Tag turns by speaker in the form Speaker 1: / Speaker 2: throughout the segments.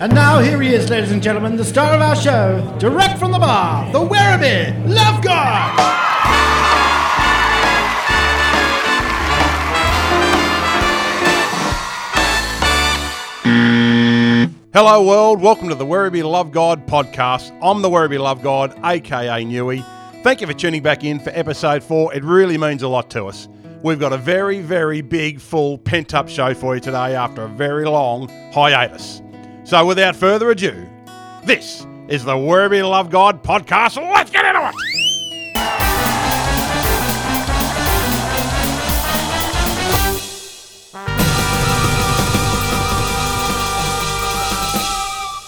Speaker 1: And now here he is, ladies and gentlemen, the star of our show, direct from the bar, the Werribee, Love God.
Speaker 2: Hello, world. Welcome to the Werribee Love God podcast. I'm the Werribee Love God, aka Newey. Thank you for tuning back in for episode four. It really means a lot to us. We've got a very, very big, full, pent up show for you today after a very long hiatus. So, without further ado, this is the Werribee Love God podcast. Let's get into it.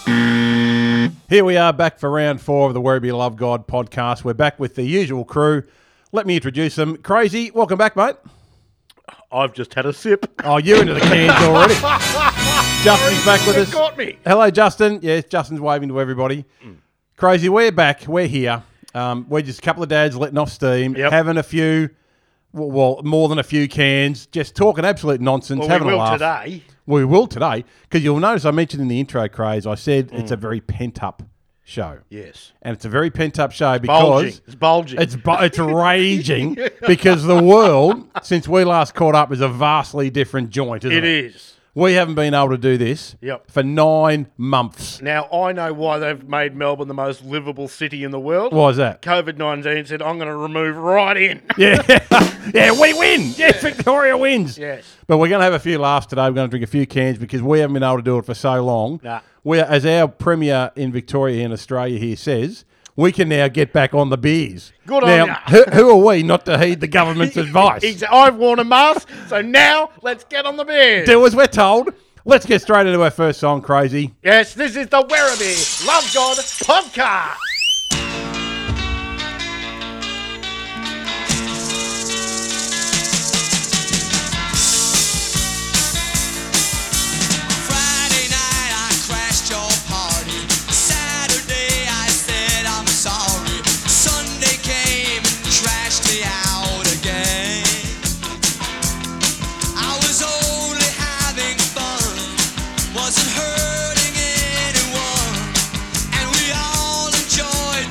Speaker 2: Here we are back for round four of the Werribee Love God podcast. We're back with the usual crew. Let me introduce them. Crazy, welcome back, mate.
Speaker 3: I've just had a sip.
Speaker 2: Oh, you into the cans already. Justin's back with us.
Speaker 3: got me.
Speaker 2: Hello, Justin. Yes, Justin's waving to everybody. Crazy, we're back. We're here. Um, we're just a couple of dads letting off steam,
Speaker 3: Yep.
Speaker 2: having a few, well, well, more than a few cans, just talking absolute nonsense,
Speaker 3: Well,
Speaker 2: having
Speaker 3: we
Speaker 2: a
Speaker 3: will
Speaker 2: laugh.
Speaker 3: today.
Speaker 2: We will today, because you'll notice I mentioned in the intro, Craze, I said it's
Speaker 3: Mm.
Speaker 2: a very pent up show.
Speaker 3: Yes.
Speaker 2: And it's a very pent up show
Speaker 3: Bulging.
Speaker 2: because
Speaker 3: It's bulging.
Speaker 2: it's bu- it's raging because the world since we last caught up is a vastly different joint, isn't it?
Speaker 3: it is.
Speaker 2: We haven't been able to do this
Speaker 3: Yep.
Speaker 2: for nine months.
Speaker 3: Now, I know why they've made Melbourne the most livable city in the world.
Speaker 2: Why is that?
Speaker 3: COVID 19 said, I'm going to remove right in.
Speaker 2: Yeah, yeah, we win. Yeah, Victoria wins.
Speaker 3: Yes.
Speaker 2: But we're going to have a few laughs today. We're going to drink a few cans because we haven't been able to do it for so long.
Speaker 3: Nah.
Speaker 2: We, as our premier in Victoria in Australia here says, we can now get back on the beers.
Speaker 3: Good on
Speaker 2: now,
Speaker 3: ya.
Speaker 2: Who, who are we not to heed the government's advice?
Speaker 3: Exa- I've worn a mask, so now let's get on the beer.
Speaker 2: Do as we're told. Let's get straight into our first song, Crazy.
Speaker 3: yes, this is the Werribee Love God podcast.
Speaker 4: Friday night I crashed your party. Saturday I said I'm sorry. Sunday came and trashed me out again. I was only having fun, wasn't hurting anyone, and we all enjoyed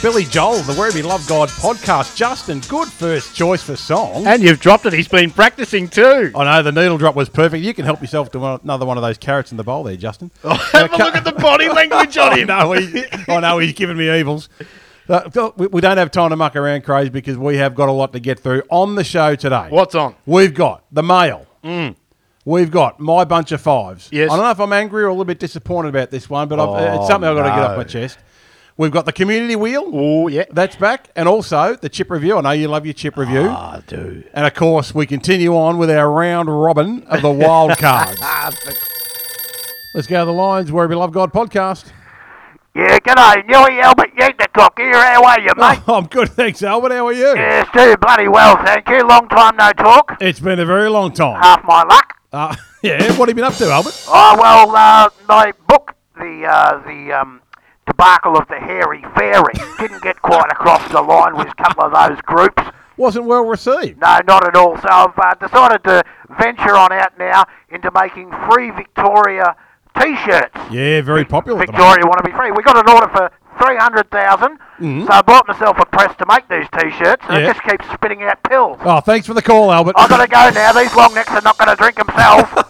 Speaker 2: Billy Joel, the Where We Love God podcast. Justin, good first choice for song.
Speaker 3: And you've dropped it. He's been practicing too.
Speaker 2: I know the needle drop was perfect. You can help yourself to one, another one of those carrots in the bowl there, Justin.
Speaker 3: Have a look at the body language on
Speaker 2: I
Speaker 3: him.
Speaker 2: know Oh, he, I know he's giving me evils. Uh, so we, we don't have time to muck around, Craze, because we have got a lot to get through on the show today.
Speaker 3: What's on? Mm.
Speaker 2: We've got the mail. We've got my bunch of fives.
Speaker 3: Yes.
Speaker 2: I don't know if I'm angry or a little bit disappointed about this one, but I've, uh, it's something I've got to get off my chest. We've got the community wheel.
Speaker 3: Oh yeah.
Speaker 2: That's back. And also the chip review. I know you love your chip review.
Speaker 3: Ah, I do.
Speaker 2: And of course, we continue on with our round robin of the wild card. Let's go to the Lions, Where We Love God podcast.
Speaker 5: Yeah, g'day, Newy Albert Yegnacock here. How are you, mate?
Speaker 2: I'm good, thanks, Albert. How are you?
Speaker 5: Yes, do bloody well, thank you. Long time no talk.
Speaker 2: It's been a very long time.
Speaker 5: Half my luck.
Speaker 2: Uh, yeah, what have you been up to, Albert?
Speaker 5: Oh well, uh, my book, the uh, the um, debacle of the hairy fairy, didn't get quite across the line with a couple of those groups.
Speaker 2: Wasn't well received.
Speaker 5: No, not at all. So I've uh, decided to venture on out now into making free Victoria T-shirts.
Speaker 2: Yeah, very popular. at the moment. Mm-hmm.
Speaker 5: Victoria want to be free. We got an order for three hundred thousand, so I bought myself a press to make these t-shirts, and
Speaker 2: Yeah.
Speaker 5: it just keeps spitting out pills.
Speaker 2: Oh, thanks for the call, Albert.
Speaker 5: I gotta go now. These long necks are not gonna drink themselves.
Speaker 2: Uh,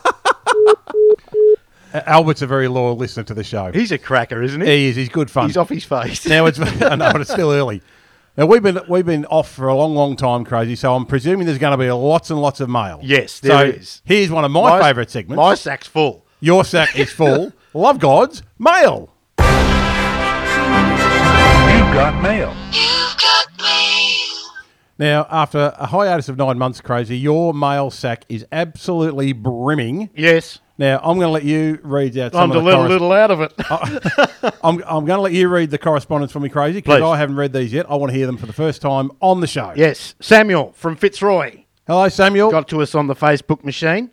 Speaker 2: Albert's a very loyal listener to the show.
Speaker 3: He's a cracker, isn't he?
Speaker 2: He is. He's good fun.
Speaker 3: He's off his face.
Speaker 2: now it's I know, but it's still early. Now we've been we've been off for a long, long time, crazy. So I'm presuming there's going to be lots and lots of mail.
Speaker 3: Yes,
Speaker 2: so
Speaker 3: there is.
Speaker 2: Here's one of my, favourite segments.
Speaker 3: My sack's full.
Speaker 2: Your sack is full. Love God's mail. Now, after a hiatus of nine months, crazy, your mail sack is absolutely brimming.
Speaker 3: Yes.
Speaker 2: Now, I'm going to let you read out. Some
Speaker 3: I'm
Speaker 2: of
Speaker 3: a
Speaker 2: the
Speaker 3: little,
Speaker 2: corres-
Speaker 3: little out of it.
Speaker 2: I'm, I'm going to let you read the correspondence for me, crazy, because
Speaker 3: Please.
Speaker 2: I haven't read these yet. I want to hear them for the first time on the show.
Speaker 3: yes. Samuel from Fitzroy.
Speaker 2: Hello, Samuel.
Speaker 3: got to us on the Facebook machine.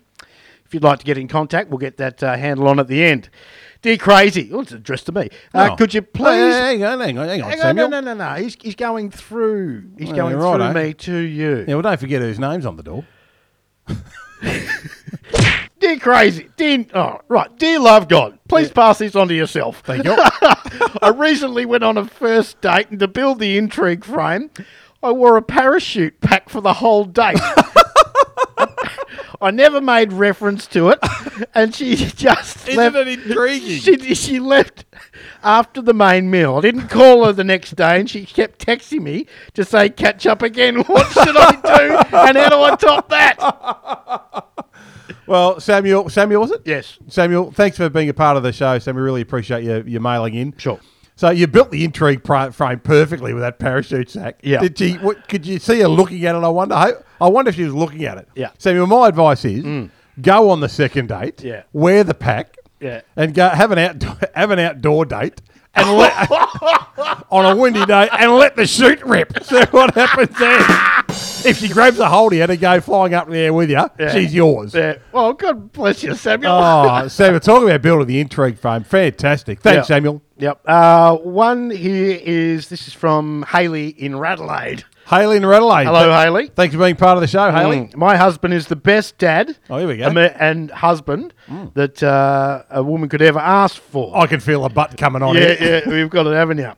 Speaker 3: If you'd like to get in contact, we'll get that uh, handle on at the end. Dear Crazy, oh, it's addressed to me. Uh,
Speaker 2: Oh.
Speaker 3: Could you
Speaker 2: Hang
Speaker 3: please?
Speaker 2: hang on, hang on, hang on,
Speaker 3: Hang on,
Speaker 2: Samuel.
Speaker 3: no, no, no, no. He's, he's going through. He's
Speaker 2: Yeah,
Speaker 3: going
Speaker 2: right,
Speaker 3: through
Speaker 2: eh?
Speaker 3: me to you.
Speaker 2: Yeah, well, don't forget whose name's on the door.
Speaker 3: Dear Crazy, dear, oh, right, dear Love God, please pass this on to yourself.
Speaker 2: Thank you.
Speaker 3: I recently went on a first date, and to build the intrigue frame, I wore a parachute pack for the whole date. I never made reference to it, and she just left.
Speaker 2: intriguing?
Speaker 3: She, she left after the main meal. I didn't call her the next day, and she kept texting me to say, "Catch up again. What should I do? And how do I top that?"
Speaker 2: well, Samuel, Samuel, was it?
Speaker 3: Yes.
Speaker 2: Samuel, thanks for being a part of the show, Sam. We really appreciate you, you mailing in.
Speaker 3: Sure.
Speaker 2: So you built the intrigue pri- frame perfectly with that parachute sack.
Speaker 3: Yeah.
Speaker 2: Did she? What, could you see her looking at it? I wonder. I, I wonder if she was looking at it.
Speaker 3: Yeah. Mm.
Speaker 2: Samuel, my advice is go on the second date.
Speaker 3: Yeah.
Speaker 2: Wear the pack.
Speaker 3: Yeah.
Speaker 2: And go have an outdoor have an outdoor date and let on a windy day and let the chute rip. See what happens then. If she grabs a hold of you to go flying up in the air with you, she's yours.
Speaker 3: Yeah. Well, God bless you, Samuel.
Speaker 2: Oh, Samuel, talk about building the intrigue frame. Fantastic. Thanks,
Speaker 3: Yeah.
Speaker 2: Samuel.
Speaker 3: Yep. Uh, one here is this is from Haley in Radelaide.
Speaker 2: Haley and Adelaide.
Speaker 3: Hello,
Speaker 2: Th-
Speaker 3: Haley.
Speaker 2: Thanks for being part of the show, Haley.
Speaker 3: Mm. My husband is the best dad.
Speaker 2: Hmm. Oh, here we go. Hmm.
Speaker 3: um, and husband that uh, a woman could ever ask for.
Speaker 2: I can feel a butt coming on
Speaker 3: yeah,
Speaker 2: here.
Speaker 3: yeah. We've got it, haven't you?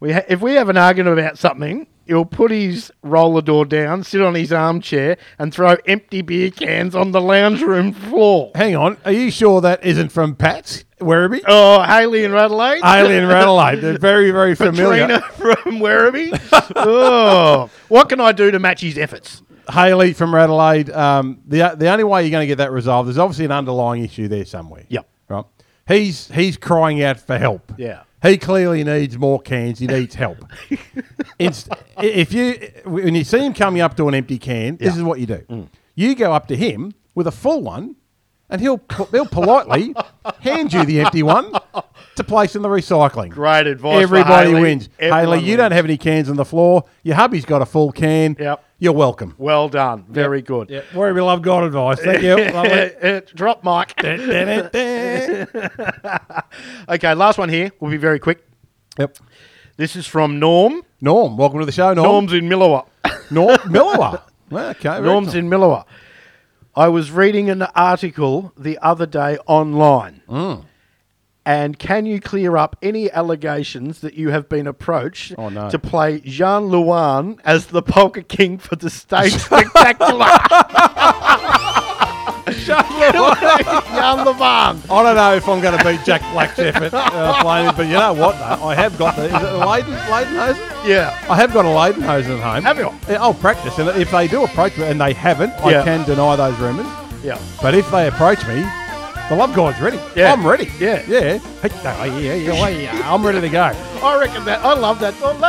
Speaker 3: We ha- if we have an argument about something, he'll put his roller door down, sit on his armchair, and throw empty beer cans on the lounge room floor.
Speaker 2: Hang on. Are you sure that isn't from Pat's Werribee?
Speaker 3: Oh, Haley in Radelaide.
Speaker 2: Haley and Adelaide. They're very, very familiar.
Speaker 3: Trina from Werribee. oh, what can I do to match his efforts?
Speaker 2: Haley from Adelaide. Um, the the only way you're going to get that resolved there's obviously an underlying issue there somewhere.
Speaker 3: Yep.
Speaker 2: Right. He's he's crying out for help.
Speaker 3: Yeah.
Speaker 2: He clearly needs more cans. He needs help. Inst- i- if you when you see him coming up to an empty can, this is what you do.
Speaker 3: Mm.
Speaker 2: You go up to him with a full one, and he'll po- he'll politely hand you the empty one to place in the recycling.
Speaker 3: Great advice. for
Speaker 2: Everybody
Speaker 3: Hayley.
Speaker 2: wins.
Speaker 3: Everyone
Speaker 2: Haley, you don't
Speaker 3: wins.
Speaker 2: have any cans on the floor. Your hubby's got a full can.
Speaker 3: Yep.
Speaker 2: You're welcome.
Speaker 3: Well done. Very good. Eh,
Speaker 2: Yeah, worry we love God advice. Thank you. Lovely.
Speaker 3: Drop mic.
Speaker 2: yep.
Speaker 3: okay, last one here. We'll be very quick. This is from Norm.
Speaker 2: Norm, welcome to the show, Norm.
Speaker 3: Norm's in Millawa.
Speaker 2: Norm Miller. Okay. very
Speaker 3: Norm's
Speaker 2: cool.
Speaker 3: in Millawa. Mm. I was reading an article the other day online. And can you clear up any allegations that you have been approached
Speaker 2: Oh, no.
Speaker 3: to play Jean Luan as the Polka King for the stage spectacular? Jean Luan.
Speaker 2: I don't know if I'm going to beat Jack Black's effort uh, playing it, but you know what? Though? I have got the is it a Leiden, Leidenhosen.
Speaker 3: Yeah.
Speaker 2: I have got a Leidenhosen at home.
Speaker 3: Have you?
Speaker 2: Yeah, I'll practice, and if they do approach me, and they haven't, I
Speaker 3: Yeah.
Speaker 2: can deny those rumours.
Speaker 3: Yeah.
Speaker 2: But if they approach me, the love guard's ready.
Speaker 3: Yeah.
Speaker 2: I'm ready.
Speaker 3: Yeah.
Speaker 2: yeah, Hey, no, yeah, yeah, yeah. I'm ready to go.
Speaker 3: I reckon that I love that. Ole, ole.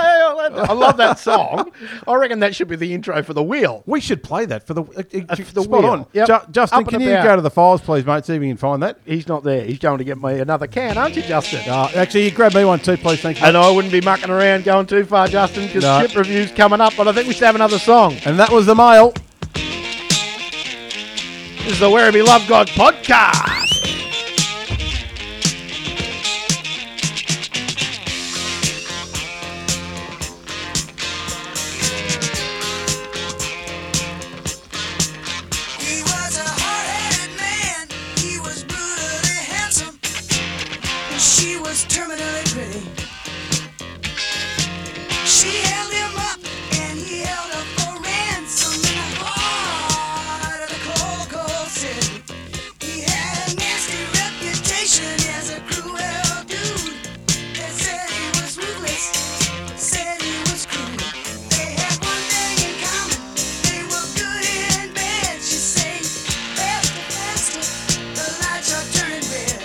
Speaker 3: I love that song. I reckon that should be the intro for the wheel.
Speaker 2: We should play that for the uh, uh,
Speaker 3: for
Speaker 2: the
Speaker 3: the
Speaker 2: spot
Speaker 3: wheel.
Speaker 2: on.
Speaker 3: Yep.
Speaker 2: Ju- Justin,
Speaker 3: Up
Speaker 2: can
Speaker 3: and
Speaker 2: you
Speaker 3: about.
Speaker 2: go to the files, please, mate? See if we can find that.
Speaker 3: He's not there. He's going to get me another can, aren't you, Justin?
Speaker 2: Uh, actually, you grab me one too, please. Thank you.
Speaker 3: And I wouldn't be mucking around going too far, Justin, because
Speaker 2: No.
Speaker 3: ship review's coming up. But I think we should have another song.
Speaker 2: And that was the mail.
Speaker 3: This is the Werribee Love God podcast.
Speaker 4: He was a hard-headed man. He was brutally handsome. And she was terminally pretty. She held him up, and he held up for ransom in the heart of the cold, cold city. He had a nasty reputation as a cruel dude. They said he was ruthless. Said he was cruel. They had one thing in common. They were good and bad. She said, faster, faster, the lights are turning red.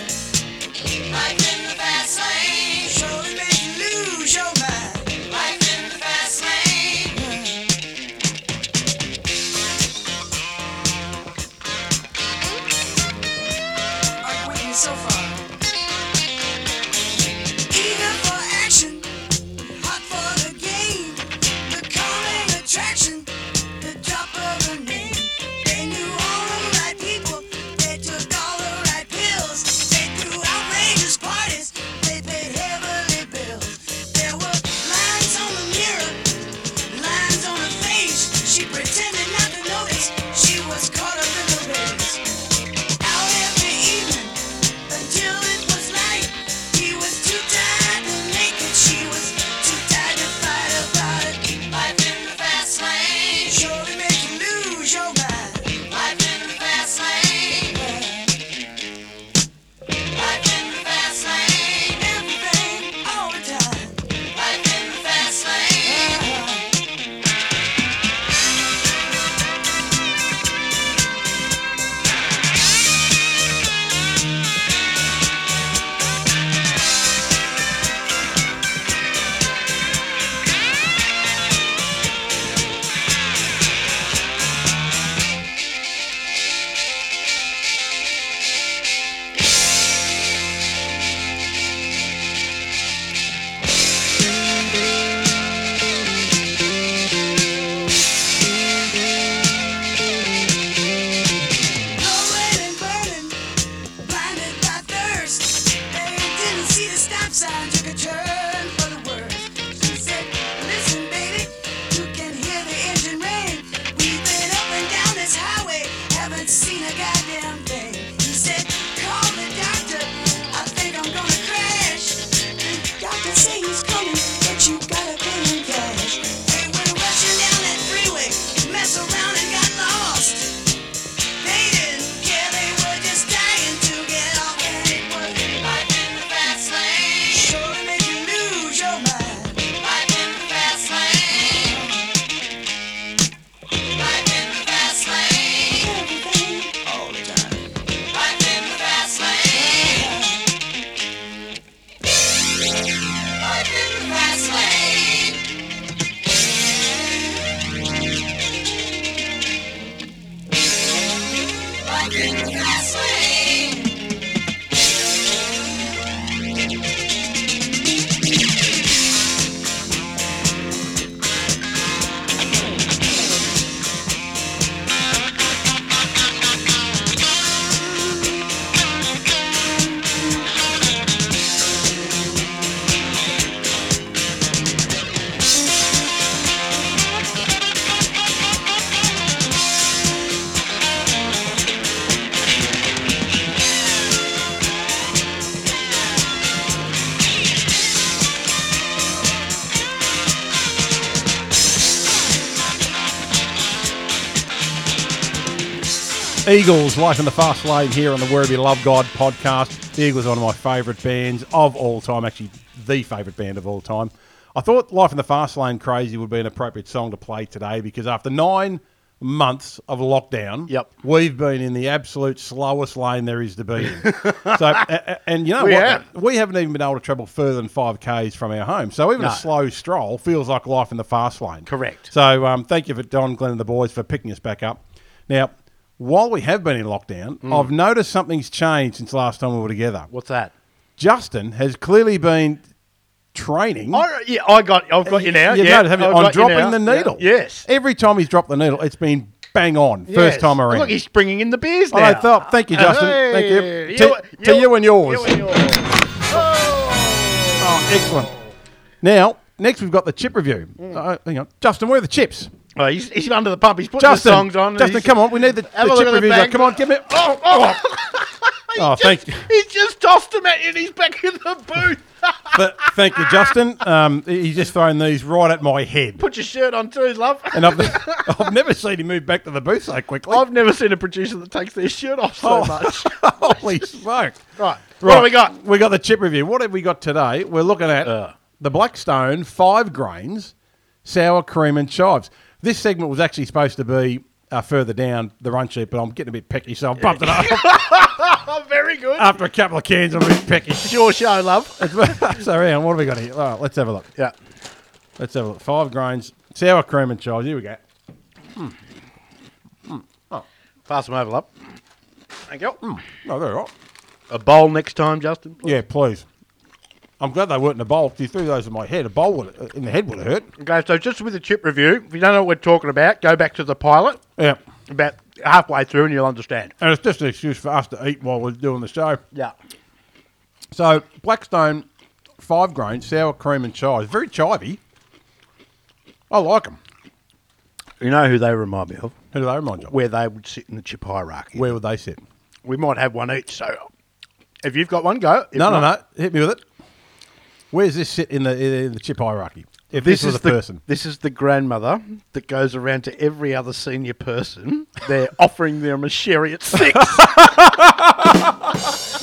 Speaker 4: Life in the fast lane, sure will make you lose your mind. Life in the fast lane. Are you with me so far? Eager for action, hot for the game, the calling attraction, the drop of a name. They knew all the right people, they took all the right pills, they threw outrageous parties, they paid heavily bills. There were lines on the mirror, lines on her face. She pretended not to notice, she was caught up in the race. Out every evening until it was light. He was too tired to make it. She was too tired to fight about it. Life in the fast lane surely make you lose your mind. Life in the fast lane. Life in the fast lane. Everything all the time. Life in the fast lane. Rolling and burning, blinded by thirst. They didn't see the stop sign, took a turn for the worse. She said, Listen, baby, you can hear the engine ring. We've been up and down this highway, haven't seen a goddamn thing. He said, Call the doctor, I think I'm gonna crash. Doctor say he's coming, but you gotta pay him cash. They went rushing down that freeway, messed around and got lost. They didn't care, they were just dying to get off and it was life in the fast lane. Sure make you lose your mind. Life in the fast lane. Life in the fast lane. Everything all the time. Life in the fast lane. Life in the fast lane. Life in the fast lane. Life
Speaker 2: Eagles, Life in the Fast Lane here on the Werribee Love God podcast. The Eagles are one of my favourite bands of all time, actually the favourite band of all time. I thought Life in the Fast Lane Crazy would be an appropriate song to play today because after nine months of lockdown,
Speaker 3: Yep.
Speaker 2: we've been in the absolute slowest lane there is to be in. so, a- a- and you know
Speaker 3: We
Speaker 2: what?
Speaker 3: have.
Speaker 2: We haven't even been able to travel further than 5Ks from our home. So even
Speaker 3: No.
Speaker 2: a slow stroll feels like life in the fast lane.
Speaker 3: Correct.
Speaker 2: So um, thank you for Don, Glenn, and the boys for picking us back up. Now, while we have been in lockdown,
Speaker 3: Mm.
Speaker 2: I've noticed something's changed since last time we were together.
Speaker 3: What's that?
Speaker 2: Justin has clearly been training.
Speaker 3: I, yeah, I got. I've Oh, got you now.
Speaker 2: You've
Speaker 3: yeah,
Speaker 2: noticed, haven't you?
Speaker 3: I've
Speaker 2: on
Speaker 3: got you
Speaker 2: dropping
Speaker 3: now.
Speaker 2: the
Speaker 3: Yeah.
Speaker 2: needle.
Speaker 3: Yes.
Speaker 2: Every time he's dropped the needle, it's been bang on. First
Speaker 3: Yes.
Speaker 2: time around.
Speaker 3: Look, he's bringing in the beers
Speaker 2: Oh,
Speaker 3: now.
Speaker 2: th- thank you, Justin.
Speaker 3: Hey.
Speaker 2: Thank you. To- to you and yours.
Speaker 3: You and yours. Oh.
Speaker 2: Oh, excellent. Now, next we've got the chip review.
Speaker 3: Mm.
Speaker 2: Uh, hang on. Justin, where are the chips?
Speaker 3: Oh, he's, he's under the pump. He's putting
Speaker 2: Justin,
Speaker 3: the songs on.
Speaker 2: Justin,
Speaker 3: He's-
Speaker 2: come on. We need the,
Speaker 3: Have a
Speaker 2: the
Speaker 3: look
Speaker 2: chip
Speaker 3: at the
Speaker 2: review.
Speaker 3: bag.
Speaker 2: Come on, give me.
Speaker 3: Oh, oh. He
Speaker 2: Oh,
Speaker 3: just,
Speaker 2: thank you.
Speaker 3: He just tossed them at you and he's back in the booth.
Speaker 2: But thank you, Justin. Um, he's just thrown these right at my head,
Speaker 3: Put your shirt on too, love.
Speaker 2: and I've, I've never seen him move back to the booth so quickly.
Speaker 3: I've never seen a producer that takes their shirt off so
Speaker 2: Oh.
Speaker 3: much.
Speaker 2: Holy smoke!
Speaker 3: Right. What have we got?
Speaker 2: We got the chip review. What have we got today? We're looking at the Blackstone five grains, sour cream and chives. This segment was actually supposed to be uh, further down the run sheet, but I'm getting a bit pecky, so I've bumped it up
Speaker 3: Oh, very good.
Speaker 2: after a couple of cans. I'm a bit
Speaker 3: it's
Speaker 2: pecky.
Speaker 3: your show, love.
Speaker 2: so, Ian, what have we got here? All right, let's have a look.
Speaker 3: Yeah.
Speaker 2: Let's have a look. Five grains, sour cream and chives. Here we go.
Speaker 3: Pass them over, love. Thank you.
Speaker 2: Oh, they're all right.
Speaker 3: A bowl next time, Justin. please.
Speaker 2: Yeah, please. I'm glad they weren't in a bowl. If you threw those in my head, a bowl would, in the head would have hurt.
Speaker 3: Okay, so just with a chip review, if you don't know what we're talking about, go back to the pilot
Speaker 2: Yeah.
Speaker 3: about halfway through and you'll understand.
Speaker 2: And it's just an excuse for us to eat while we're doing the show.
Speaker 3: Yeah.
Speaker 2: So, Blackstone, five grain, sour cream and chives. Very chivey. I like them.
Speaker 3: You know who they remind me of?
Speaker 2: Who do they remind you of?
Speaker 3: Where they would sit in the chip hierarchy.
Speaker 2: Where would they sit?
Speaker 3: we might have one each, so if you've got one, go. If
Speaker 2: no,
Speaker 3: not-
Speaker 2: no, no. Hit me with it. Where's this sit in the in the chip hierarchy? If this, was
Speaker 3: is
Speaker 2: a person.
Speaker 3: This is the grandmother that goes around to every other senior person. They're offering them a sherry at six.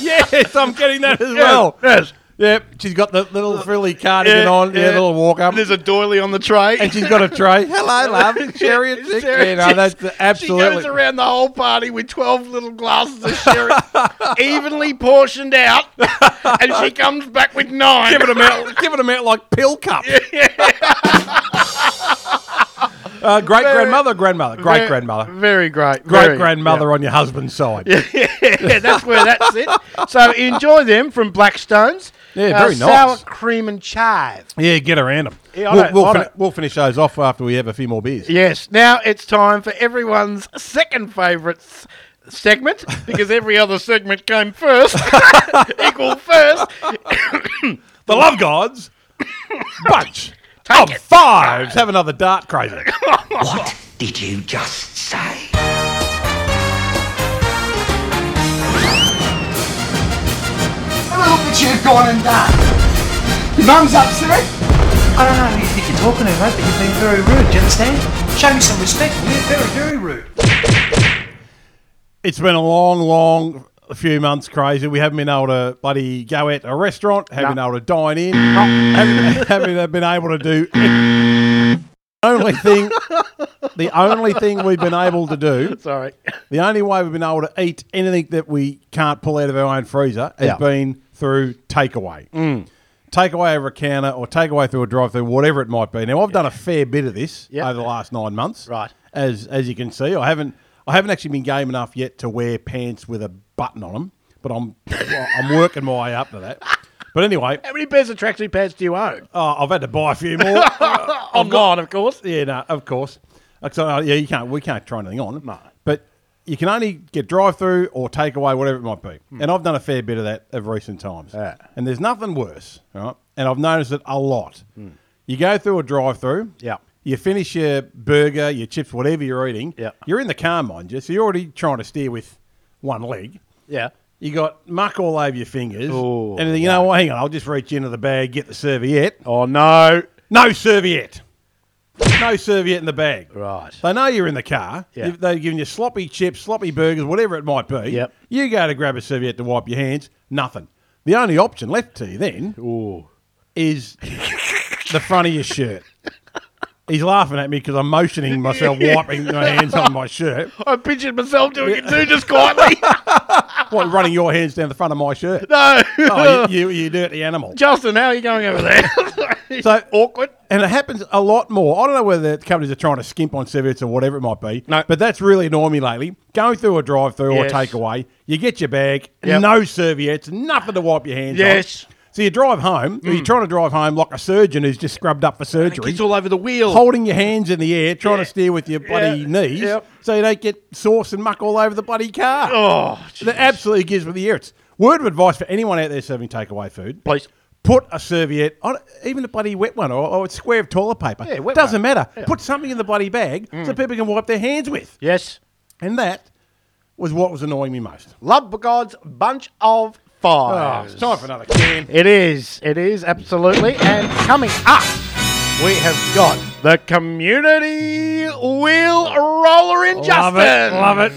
Speaker 2: yes, I'm getting that as well.
Speaker 3: yes.
Speaker 2: Yep, she's got the little frilly cardigan
Speaker 3: Yeah,
Speaker 2: on, yeah,
Speaker 3: yeah.
Speaker 2: little walk up.
Speaker 3: There's a doily on the tray.
Speaker 2: and she's got a tray. Hello, love. Sherry and six. Yeah, no, that's the- absolutely.
Speaker 3: She goes around the whole party with 12 little glasses of sherry, evenly portioned out, and she comes back with nine.
Speaker 2: giving them out, giving 'em out like pill cups. uh, great grandmother, grandmother, great grandmother,
Speaker 3: Very great.
Speaker 2: great
Speaker 3: very-
Speaker 2: grandmother on your husband's side.
Speaker 3: yeah, that's where that's it. So enjoy them from Blackstones. Uh,
Speaker 2: Yeah, very
Speaker 3: Sour
Speaker 2: nice.
Speaker 3: cream and chive.
Speaker 2: Yeah, get around them.
Speaker 3: Yeah, I
Speaker 2: we'll,
Speaker 3: don't-
Speaker 2: we'll,
Speaker 3: I
Speaker 2: fin-
Speaker 3: don't-
Speaker 2: we'll finish those off after we have a few more beers.
Speaker 3: Yes, now it's time for everyone's second favourite s- segment because every other segment came first, equal first.
Speaker 2: The Love Gods, bunch of fives. Have another dart, crazy.
Speaker 6: What did you just say?
Speaker 7: Have a look at you gone and done. Your mum's upset.
Speaker 6: I don't know who you think you're talking to, mate, but you've been very rude, do you understand? Show me some respect, will you? Very, very rude.
Speaker 2: It's been a long, long few months, crazy. We haven't been able to bloody go out to a restaurant, haven't been able to dine in, haven't, haven't been able to do. only thing, the only thing we've been able to do,
Speaker 3: Sorry.
Speaker 2: the only way we've been able to eat anything that we can't pull out of our own freezer has
Speaker 3: Yeah. Mm.
Speaker 2: been through takeaway. Takeaway over a counter or takeaway through a drive through, whatever it might be. Now, I've done a fair bit of this
Speaker 3: Yeah.
Speaker 2: over the last nine months.
Speaker 3: Right.
Speaker 2: As as you can see, I haven't I haven't actually been game enough yet to wear pants with a button on them, but I'm I'm working my way up to that. But anyway,
Speaker 3: How many pairs of tracksuit pants do you own?
Speaker 2: uh, I've had to buy a few more. Uh, I've got-
Speaker 3: Online, of course.
Speaker 2: yeah, no, of course. Uh, So, uh, yeah, you can't. We can't try anything on. But you can only get drive-through or takeaway, whatever it might be. And I've done a fair bit of that of recent times.
Speaker 3: Hmm. Yeah.
Speaker 2: And there's nothing worse, right? And I've noticed it a lot. You go through a drive-through.
Speaker 3: Hmm. Yeah.
Speaker 2: You finish your burger, your chips, whatever you're eating.
Speaker 3: Yeah.
Speaker 2: You're in the car, mind you, so you're already trying to steer with one leg.
Speaker 3: Yeah.
Speaker 2: You got muck all over your fingers.
Speaker 3: Oh,
Speaker 2: and you know what? Hang on, I'll just reach into the bag, get the Oh, serviette.
Speaker 3: Oh, no.
Speaker 2: No serviette. no serviette in the bag.
Speaker 3: Right.
Speaker 2: They know you're in the car.
Speaker 3: Yeah.
Speaker 2: You- They're giving you sloppy chips, sloppy burgers, whatever it might be.
Speaker 3: Yep.
Speaker 2: You go to grab a serviette to wipe your hands. Nothing. The only option left to you then
Speaker 3: Ooh.
Speaker 2: is the front of your shirt. He's laughing at me because I'm motioning myself, wiping my hands on my shirt.
Speaker 3: I pictured myself doing it too, just quietly.
Speaker 2: What, running your hands down the front of my shirt?
Speaker 3: no.
Speaker 2: Oh, you, you, you dirty animal.
Speaker 3: Justin, how are you going over there?
Speaker 2: So
Speaker 3: awkward.
Speaker 2: And it happens a lot more. I don't know whether the companies are trying to skimp on serviettes or whatever it might be.
Speaker 3: No.
Speaker 2: But that's really annoying me lately. Going through a drive through
Speaker 3: Yes.
Speaker 2: or takeaway, you get your bag,
Speaker 3: Yep.
Speaker 2: no serviettes, nothing to wipe your hands
Speaker 3: Yes. Mm.
Speaker 2: on. So you drive home, or you're trying to drive home like a surgeon who's just scrubbed up for surgery,
Speaker 3: It's all over the wheel.
Speaker 2: holding your hands in the air, trying to steer with your bloody
Speaker 3: Yeah.
Speaker 2: knees
Speaker 3: Yep.
Speaker 2: so you don't get sauce and muck all over the bloody car.
Speaker 3: oh,
Speaker 2: That absolutely gives me the irrits. Word of advice for anyone out there serving takeaway food
Speaker 3: please.
Speaker 2: put a serviette on even a bloody wet one or, or a square of toilet paper.
Speaker 3: Yeah, wet
Speaker 2: Doesn't
Speaker 3: one.
Speaker 2: matter.
Speaker 3: Yeah. Mm.
Speaker 2: Put something in the bloody bag so people can wipe their hands with.
Speaker 3: Yes.
Speaker 2: And that was what was annoying me most.
Speaker 3: Love God's bunch of
Speaker 2: Oh,
Speaker 3: fives.
Speaker 2: it's time for another can.
Speaker 3: It is. It is absolutely. And coming up, we have got the community wheel roller in
Speaker 2: Love it.
Speaker 3: Justin.
Speaker 2: Love it.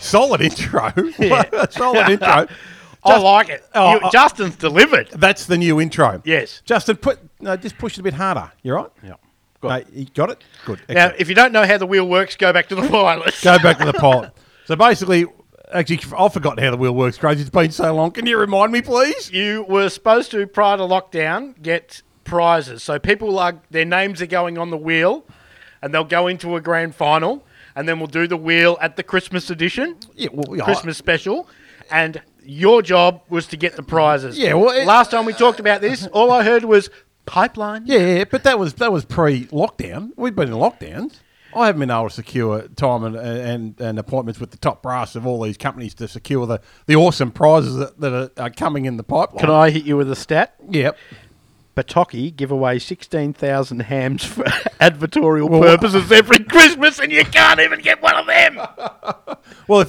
Speaker 2: Solid intro. Solid intro.
Speaker 3: I like it.
Speaker 2: Oh,
Speaker 3: You-
Speaker 2: I-
Speaker 3: Justin's delivered.
Speaker 2: That's the new intro.
Speaker 3: Yes.
Speaker 2: Justin, put no, just push it a bit harder. You right? Yeah. Got, you got it? Good.
Speaker 3: Now,
Speaker 2: Excellent.
Speaker 3: if you don't know how the wheel works, go back to the pilot.
Speaker 2: Go back to the pilot. So basically, actually, I've forgotten how the wheel works, Crazy. It's been so long. Can you remind me, please?
Speaker 3: you were supposed to prior to lockdown get prizes. So people are their names are going on the wheel, and they'll go into a grand final, and then we'll do the wheel at the Christmas edition,
Speaker 2: Yeah, well, yeah, I-
Speaker 3: Christmas special, and your job was to get the prizes.
Speaker 2: Yeah, well, it-
Speaker 3: last time we talked about this, all I heard was pipeline.
Speaker 2: Yeah, but that was that was pre-lockdown. We've been in lockdowns. I haven't been able to secure time and, and, and appointments with the top brass of all these companies to secure the, the awesome prizes that, that are, are coming in the pipeline.
Speaker 3: Can I hit you with a stat?
Speaker 2: Yep.
Speaker 3: Bataki give away 16,000 hams for advertorial purposes every Christmas, and you can't even get one of them.
Speaker 2: Well, if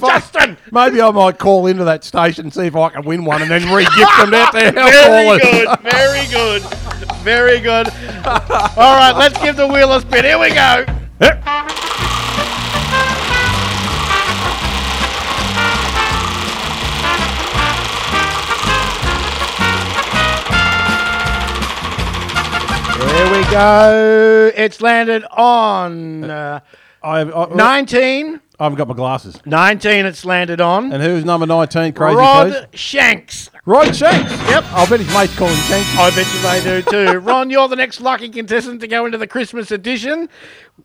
Speaker 2: I,
Speaker 3: Justin!
Speaker 2: maybe I might call into that station and see if I can win one, and then re-gift them out there.
Speaker 3: Very good, very good, very good. All right, let's give the wheel a spin. Here we go. There we go. It's landed on uh,
Speaker 2: I, I,
Speaker 3: 19.
Speaker 2: I haven't got my glasses.
Speaker 3: 19 it's landed on.
Speaker 2: And who's number nineteen? Crazy
Speaker 3: Rod
Speaker 2: please.
Speaker 3: Shanks.
Speaker 2: Rod Shanks.
Speaker 3: Yep.
Speaker 2: I'll bet his mate's calling Shanks.
Speaker 3: I bet you they do too. Ron, you're the next lucky contestant to go into the Christmas edition.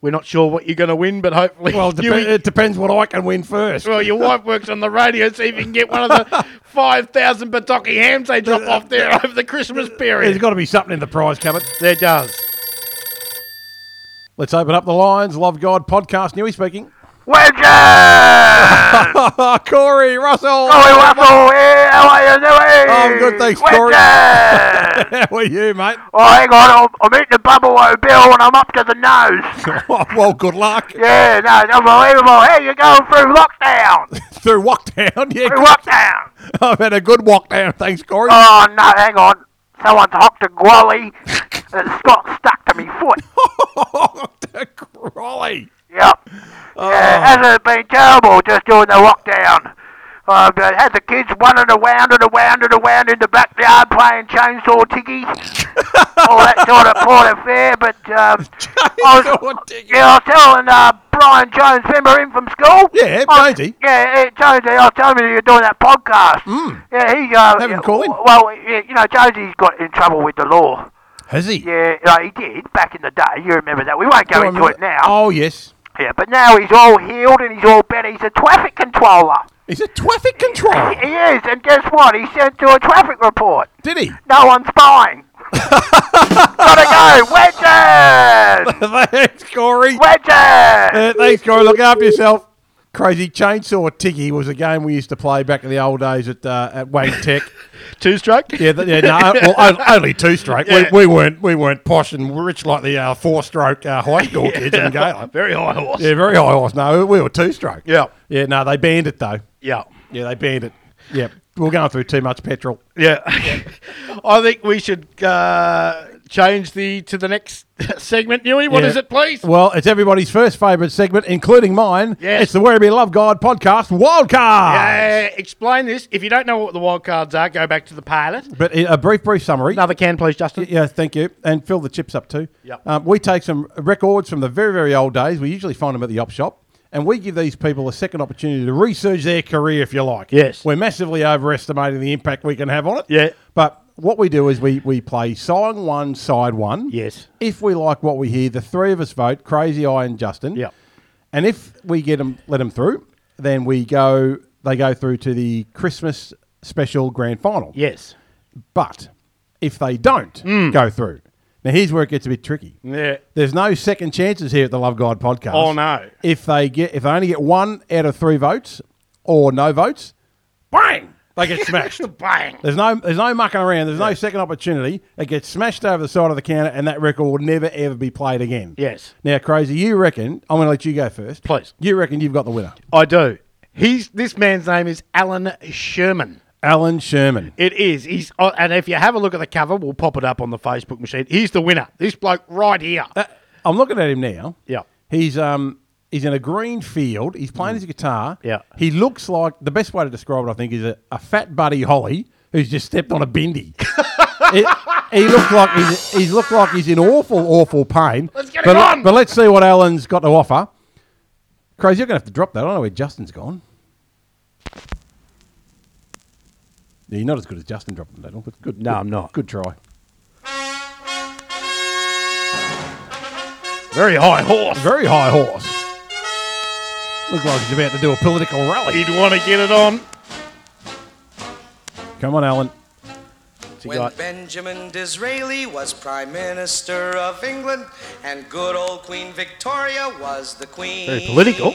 Speaker 3: We're not sure what you're going to win, but hopefully,
Speaker 2: Well, it,
Speaker 3: you,
Speaker 2: depe- it depends what I can win first.
Speaker 3: well, your wife works on the radio, so if you can get one of the five thousand Bataki hams they drop off there over the Christmas
Speaker 2: There's
Speaker 3: period.
Speaker 2: got to be something in the prize cupboard.
Speaker 3: There does.
Speaker 2: Let's open up the lines. Love God podcast. Newey speaking.
Speaker 5: Wedges!
Speaker 2: Corey Russell.
Speaker 5: Holy waffle, hey, how are you doing?
Speaker 2: Oh, I'm good, thanks, Corey.
Speaker 5: Wedges!
Speaker 2: How are you, mate?
Speaker 5: oh, hang on, I'm, I'm eating a Bubble Bill and I'm up to the nose.
Speaker 2: well, good luck
Speaker 5: Yeah, no, it's unbelievable. Hey, you're going through lockdown.
Speaker 2: through Walkdown. Yeah,
Speaker 5: Through lockdown.
Speaker 2: I've had a good Walkdown. Thanks, Corey.
Speaker 5: Oh, no, hang on. Someone's hocked a gwally and it's got stuck to me foot. Oh.
Speaker 2: Crolly.
Speaker 5: Yep. Yeah, hasn't it been terrible just during the lockdown? I've uh, had the kids running around and around and around in the backyard playing chainsaw tiggy, all that sort of port affair. But um, I was,
Speaker 2: Chainsaw tiggy.
Speaker 5: yeah, I was telling uh, Brian Jones, remember him from school?
Speaker 2: Yeah,
Speaker 5: I-
Speaker 2: Jonesy.
Speaker 5: Yeah, eh, Jonesy. I was telling him you were doing that podcast. Yeah, he. Uh,
Speaker 2: Hmm. Have him
Speaker 5: yeah,
Speaker 2: call in.
Speaker 5: Well, yeah, you know, Jonesy's got in trouble with the law.
Speaker 2: Has he?
Speaker 5: Yeah, no, he did back in the day. You remember that? We won't go
Speaker 2: Do I
Speaker 5: into it
Speaker 2: remember-
Speaker 5: now.
Speaker 2: Oh, yes.
Speaker 5: Yeah, but now he's all healed and he's all better. He's a traffic controller.
Speaker 2: He's a traffic control.
Speaker 5: He is, and guess what? He sent to a traffic report.
Speaker 2: Did he?
Speaker 5: No one's spying. Gotta go, wedges,
Speaker 2: thanks, Corey.
Speaker 5: wedges.
Speaker 2: Uh, thanks, Corey. Look after yourself. Crazy Chainsaw Tiggy was a game we used to play back in the old days at uh, at Wayne Tech.
Speaker 3: Two stroke?
Speaker 2: yeah, th- yeah, no, well, on- only two stroke. We, we weren't we weren't posh and rich like the uh, four stroke uh, high school kids in Galen.
Speaker 3: Very high horse.
Speaker 2: Yeah, very high horse. No, we were two stroke.
Speaker 3: Yeah.
Speaker 2: yeah. No, they banned it though.
Speaker 3: Yeah.
Speaker 2: Yeah, they banned it. Yeah, we're going through too much petrol.
Speaker 3: Yeah. I think we should uh, change the to the next segment, Newey. What
Speaker 2: Yeah.
Speaker 3: is it, please?
Speaker 2: Well, it's everybody's first favourite segment, including mine.
Speaker 3: Yes.
Speaker 2: It's the Where Be Love God podcast, Wildcard.
Speaker 3: Uh, explain this. If you don't know what the wild cards are, go back to the pilot.
Speaker 2: But uh, a brief, brief summary.
Speaker 3: Another can, please, Justin.
Speaker 2: Yeah, thank you. And fill the chips up too.
Speaker 3: Yep.
Speaker 2: Um, we take some records from the very, very old days. We usually find them at the op shop. And we give these people a second opportunity to research their career, if you like.
Speaker 3: Yes.
Speaker 2: We're massively overestimating the impact we can have on it.
Speaker 3: Yeah.
Speaker 2: But what we do is we, we play song one, side one.
Speaker 3: Yes.
Speaker 2: If we like what we hear, the three of us vote Crazy Eye and Justin.
Speaker 3: Yep.
Speaker 2: And if we get them, let them through, then we go, they go through to the Christmas special grand final.
Speaker 3: Yes.
Speaker 2: But if they don't go through, now here's where it gets a bit tricky.
Speaker 3: Mm. Yeah.
Speaker 2: There's no second chances here at the Love God podcast.
Speaker 3: Oh, no.
Speaker 2: If they get if they only get one out of three votes or no votes, bang, they get smashed.
Speaker 3: Bang.
Speaker 2: There's no there's no mucking around. There's no second opportunity. It gets smashed over the side of the counter, and that record will never ever be played again.
Speaker 3: Yes.
Speaker 2: Now, crazy, you reckon? I'm going to let you go first,
Speaker 3: Please.
Speaker 2: You reckon you've got the winner,
Speaker 3: I do. He's this man's name is Alan Sherman.
Speaker 2: Alan Sherman.
Speaker 3: It is. He's oh, and if you have a look at the cover, we'll pop it up on the Facebook machine. He's the winner. This bloke right here.
Speaker 2: Uh, I'm looking at him now.
Speaker 3: Yeah.
Speaker 2: He's um he's in a green field. He's playing his guitar.
Speaker 3: Mm. Yeah.
Speaker 2: He looks like the best way to describe it, I think, is a, a fat buddy Holly who's just stepped on a bendy. he, he looked like he's, he's looked like he's in awful, awful pain. Let's
Speaker 3: get
Speaker 2: but,
Speaker 3: him on!
Speaker 2: But let's see what Alan's got to offer. Crazy, you're gonna have to drop that. I don't know where Justin's gone. Yeah, you're not as good as Justin dropping that. But good.
Speaker 3: No,
Speaker 2: good-
Speaker 3: I'm not.
Speaker 2: Good try.
Speaker 3: Very high horse.
Speaker 2: Very high horse. Look like he's about to do a political rally.
Speaker 3: He'd want to get it on.
Speaker 2: Come on, Alan.
Speaker 3: What's he
Speaker 8: When
Speaker 3: got?
Speaker 8: Benjamin Disraeli was Prime Minister of England and good old Queen Victoria was the Queen.
Speaker 3: Very political.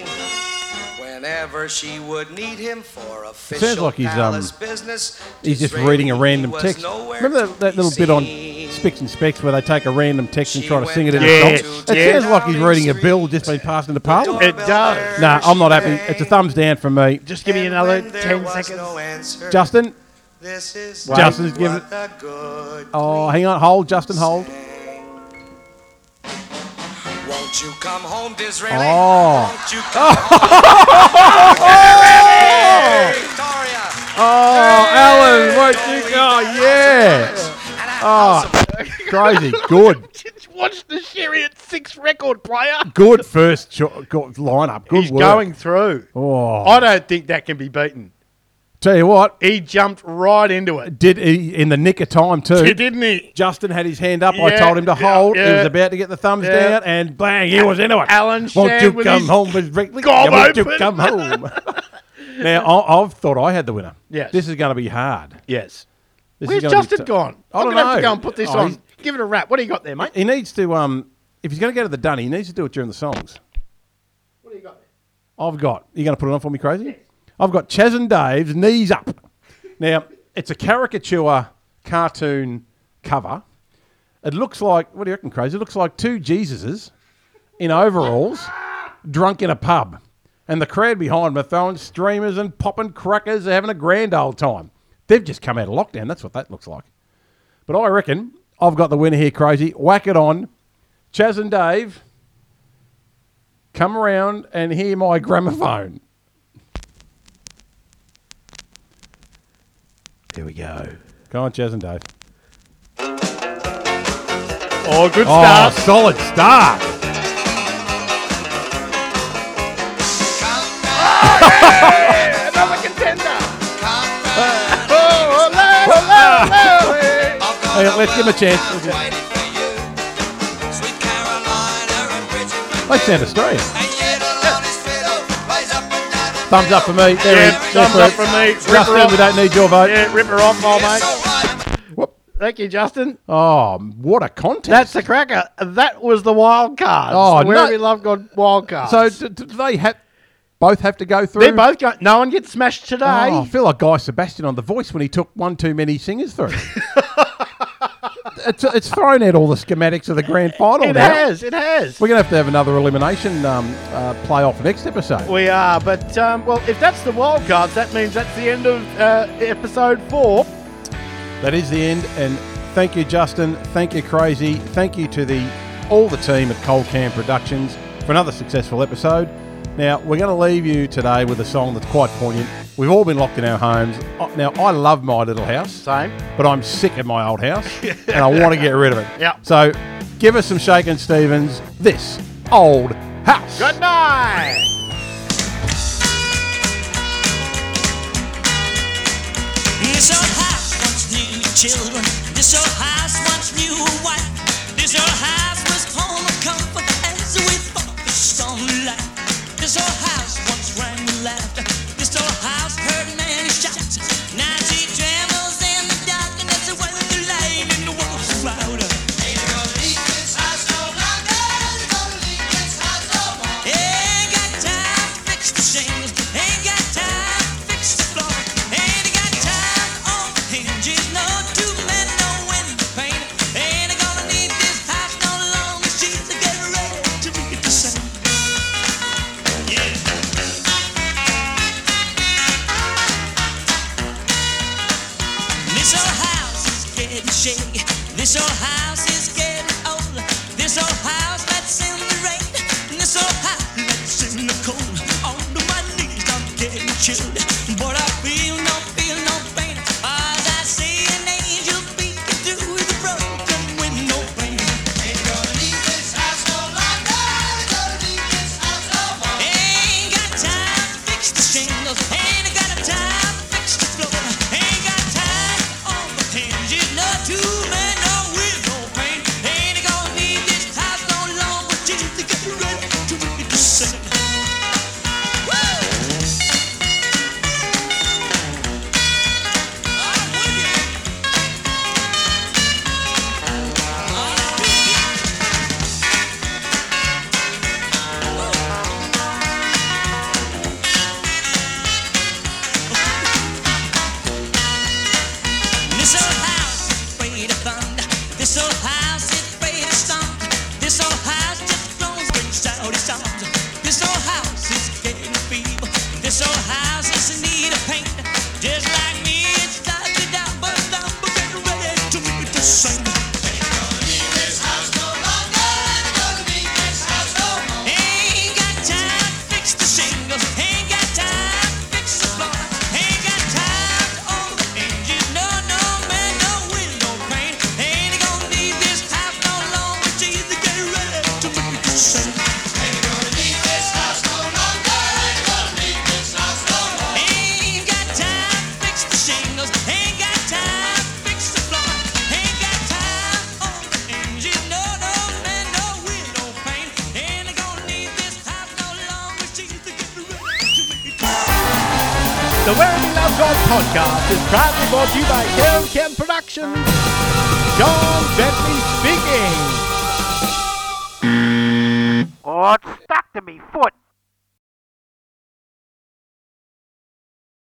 Speaker 8: Whenever she would need him for official
Speaker 2: Oh. like he's, um,
Speaker 8: palace business,
Speaker 2: He's just
Speaker 8: Disraeli
Speaker 2: reading a random
Speaker 8: was
Speaker 2: text.
Speaker 8: nowhere
Speaker 2: Remember
Speaker 8: to
Speaker 2: that, that
Speaker 8: be
Speaker 2: little bit on
Speaker 8: seen.
Speaker 2: Spicks and Specks where they take a random text and
Speaker 8: She
Speaker 2: try to
Speaker 8: went
Speaker 2: song it in
Speaker 8: down
Speaker 2: a
Speaker 3: Yes,
Speaker 2: song?
Speaker 8: to
Speaker 2: It
Speaker 3: yes.
Speaker 2: sounds like he's reading a bill just been passed into parliament.
Speaker 3: It does.
Speaker 2: No, I'm not happy. It's a thumbs down from me.
Speaker 3: Just give me
Speaker 8: And
Speaker 3: another
Speaker 8: when there
Speaker 3: ten
Speaker 8: was
Speaker 3: seconds.
Speaker 8: no answer,
Speaker 2: Justin.
Speaker 8: this is
Speaker 2: Justin's
Speaker 8: what
Speaker 2: giving-
Speaker 8: the good
Speaker 2: Oh, hang on. Hold, Justin. Hold.
Speaker 8: Won't you come home, Disraeli?
Speaker 2: Oh.
Speaker 8: Won't you come home, Victoria?
Speaker 2: Oh, Alan, what you got? Yeah.
Speaker 8: And a house of
Speaker 2: Crazy. Good.
Speaker 3: Just watch the Chariot Six record player.
Speaker 2: Good first cho- good lineup. Good
Speaker 3: He's
Speaker 2: work.
Speaker 3: going through.
Speaker 2: Oh.
Speaker 3: I don't think that can be beaten.
Speaker 2: Tell you what,
Speaker 3: He jumped right into it.
Speaker 2: did he in the nick of time too?
Speaker 3: He didn't he?
Speaker 2: Justin had his hand up. I
Speaker 3: Yeah,
Speaker 2: told him to
Speaker 3: yeah,
Speaker 2: hold. He
Speaker 3: yeah.
Speaker 2: was about to get the thumbs
Speaker 3: Yeah.
Speaker 2: down, and bang, he was into it.
Speaker 3: Alan
Speaker 2: won't
Speaker 3: Shan
Speaker 2: you
Speaker 3: with
Speaker 2: come
Speaker 3: his
Speaker 2: home, Miss Wrigley?
Speaker 3: gob
Speaker 2: won't you
Speaker 3: open.
Speaker 2: come home? now, I, I've thought I had the winner.
Speaker 3: Yes.
Speaker 2: this is going to be hard.
Speaker 3: Yes.
Speaker 2: This is
Speaker 3: Where's
Speaker 2: gonna be
Speaker 3: Justin
Speaker 2: t-
Speaker 3: gone?
Speaker 2: I
Speaker 3: I'm
Speaker 2: don't
Speaker 3: gonna have
Speaker 2: know.
Speaker 3: to go and put this
Speaker 2: Oh,
Speaker 3: on.
Speaker 2: he's-
Speaker 3: Give it a wrap. What do you got there, mate?
Speaker 2: He needs to. Um, if he's going to go to the dunny, he needs to do it during the songs.
Speaker 3: What do you got there?
Speaker 2: I've got. You going to put it on for me, crazy? I've got Chaz and Dave's knees up. Now it's a caricature cartoon cover. It looks like what do you reckon, crazy? It looks like two Jesuses in overalls, drunk in a pub, and the crowd behind them are throwing streamers and popping crackers. They're having a grand old time. They've just come out of lockdown. That's what that looks like. But I reckon I've got the winner here, crazy. Whack it on, Chaz and Dave come around and hear my gramophone.
Speaker 3: There we go.
Speaker 2: Come on, Chaz and Dave.
Speaker 3: Oh, good
Speaker 2: Oh,
Speaker 3: start.
Speaker 2: solid start.
Speaker 3: Another contender.
Speaker 2: Hey, let's give him a chance.
Speaker 8: waiting for you. Sweet Carolina and Bridget
Speaker 2: They sound Australian.
Speaker 8: and little Otis Fiddle plays up and down the
Speaker 2: Thumbs up for me. There it
Speaker 3: Yeah,
Speaker 2: is.
Speaker 3: thumbs
Speaker 2: There
Speaker 3: up
Speaker 2: it is.
Speaker 3: from me. Ripper
Speaker 2: Justin,
Speaker 3: off.
Speaker 2: we don't need your vote.
Speaker 3: Yeah, rip her off, old
Speaker 8: middle.
Speaker 3: mate.
Speaker 8: So right,
Speaker 3: Thank you, Justin.
Speaker 2: Oh, what a contest.
Speaker 3: That's the cracker. That was the wild card.
Speaker 2: Oh,
Speaker 3: where
Speaker 2: no-
Speaker 3: we love got wild cards.
Speaker 2: so d- d- they have. both have to go through?
Speaker 3: They're both going. No one gets smashed today.
Speaker 2: Oh, I feel like Guy Sebastian on The Voice when he took one too many singers through. it's, it's thrown out all the schematics of the grand final
Speaker 3: it
Speaker 2: now.
Speaker 3: has. It has.
Speaker 2: We're going to have to have another elimination um, uh, playoff next episode.
Speaker 3: We are, but um, well, if that's the wild cards, that means that's the end of uh, episode four.
Speaker 2: That is the end, and thank you, Justin. Thank you, Crazy. Thank you to the all the team at Cold Cam Productions for another successful episode. Now we're going to leave you today with a song that's quite poignant. We've all been locked in our homes. Uh, Now I love my little house,
Speaker 3: Same.
Speaker 2: but I'm sick of my old house, and I want to get rid of it.
Speaker 3: Yep.
Speaker 2: So give us some Shakin' Stevens. This old house.
Speaker 3: Good night.
Speaker 9: This old house once knew children. This old house once knew a wife. This old house was home of comfort as we fought the sunlight. This old house once rang with laughter. This old house heard many shouts. Now she trembles in the darkness when the light in the walls is louder. Ain't got time to fix the shingles. Ain't got time to fix the floor. Ain't got time on the hinges. No two men, no window pane. Ain't gonna need this house no longer. She's getting ready to be the same. Yeah. This old house is getting shaky. This old house is getting old. This old house that's in the rain. This old house that's in the cold. On my knees, I'm getting chilled. But I feel no, feel no pain. As I see an angel peeking through the broken window pane. Ain't got time to fix the shingles. Ain't got time to fix the floor. Ain't got time on the hinges. No two men, no will, no pain. Ain't gonna need this house no longer. Just to get ready to be the same. Woo! I'm with you. I'm with you. This old house is afraid of thunder. This old house is afraid of storm. This old house just groans and shouty songs. This old house is getting feeble. This old house is in need of paint. Just like me, it's started down, but I'm getting ready to be the same. Ain't got time to fix the shingles. Ain't got time to fix the floor. Ain't got time to all the engines. No, no man, no will, no pain. Ain't gonna need this house no longer. She's getting ready to make the same. Ain't got time to fix the shingles. Ain't got time to fix the floor. Ain't got time on the engine. No, no man, no will, no pain. Ain't gonna need this house no longer. She's getting ready to make the same.
Speaker 3: The Werribee Love God podcast is proudly brought to you by Karen Ken Productions. John Bentley speaking.
Speaker 5: Oh, it's stuck to me foot.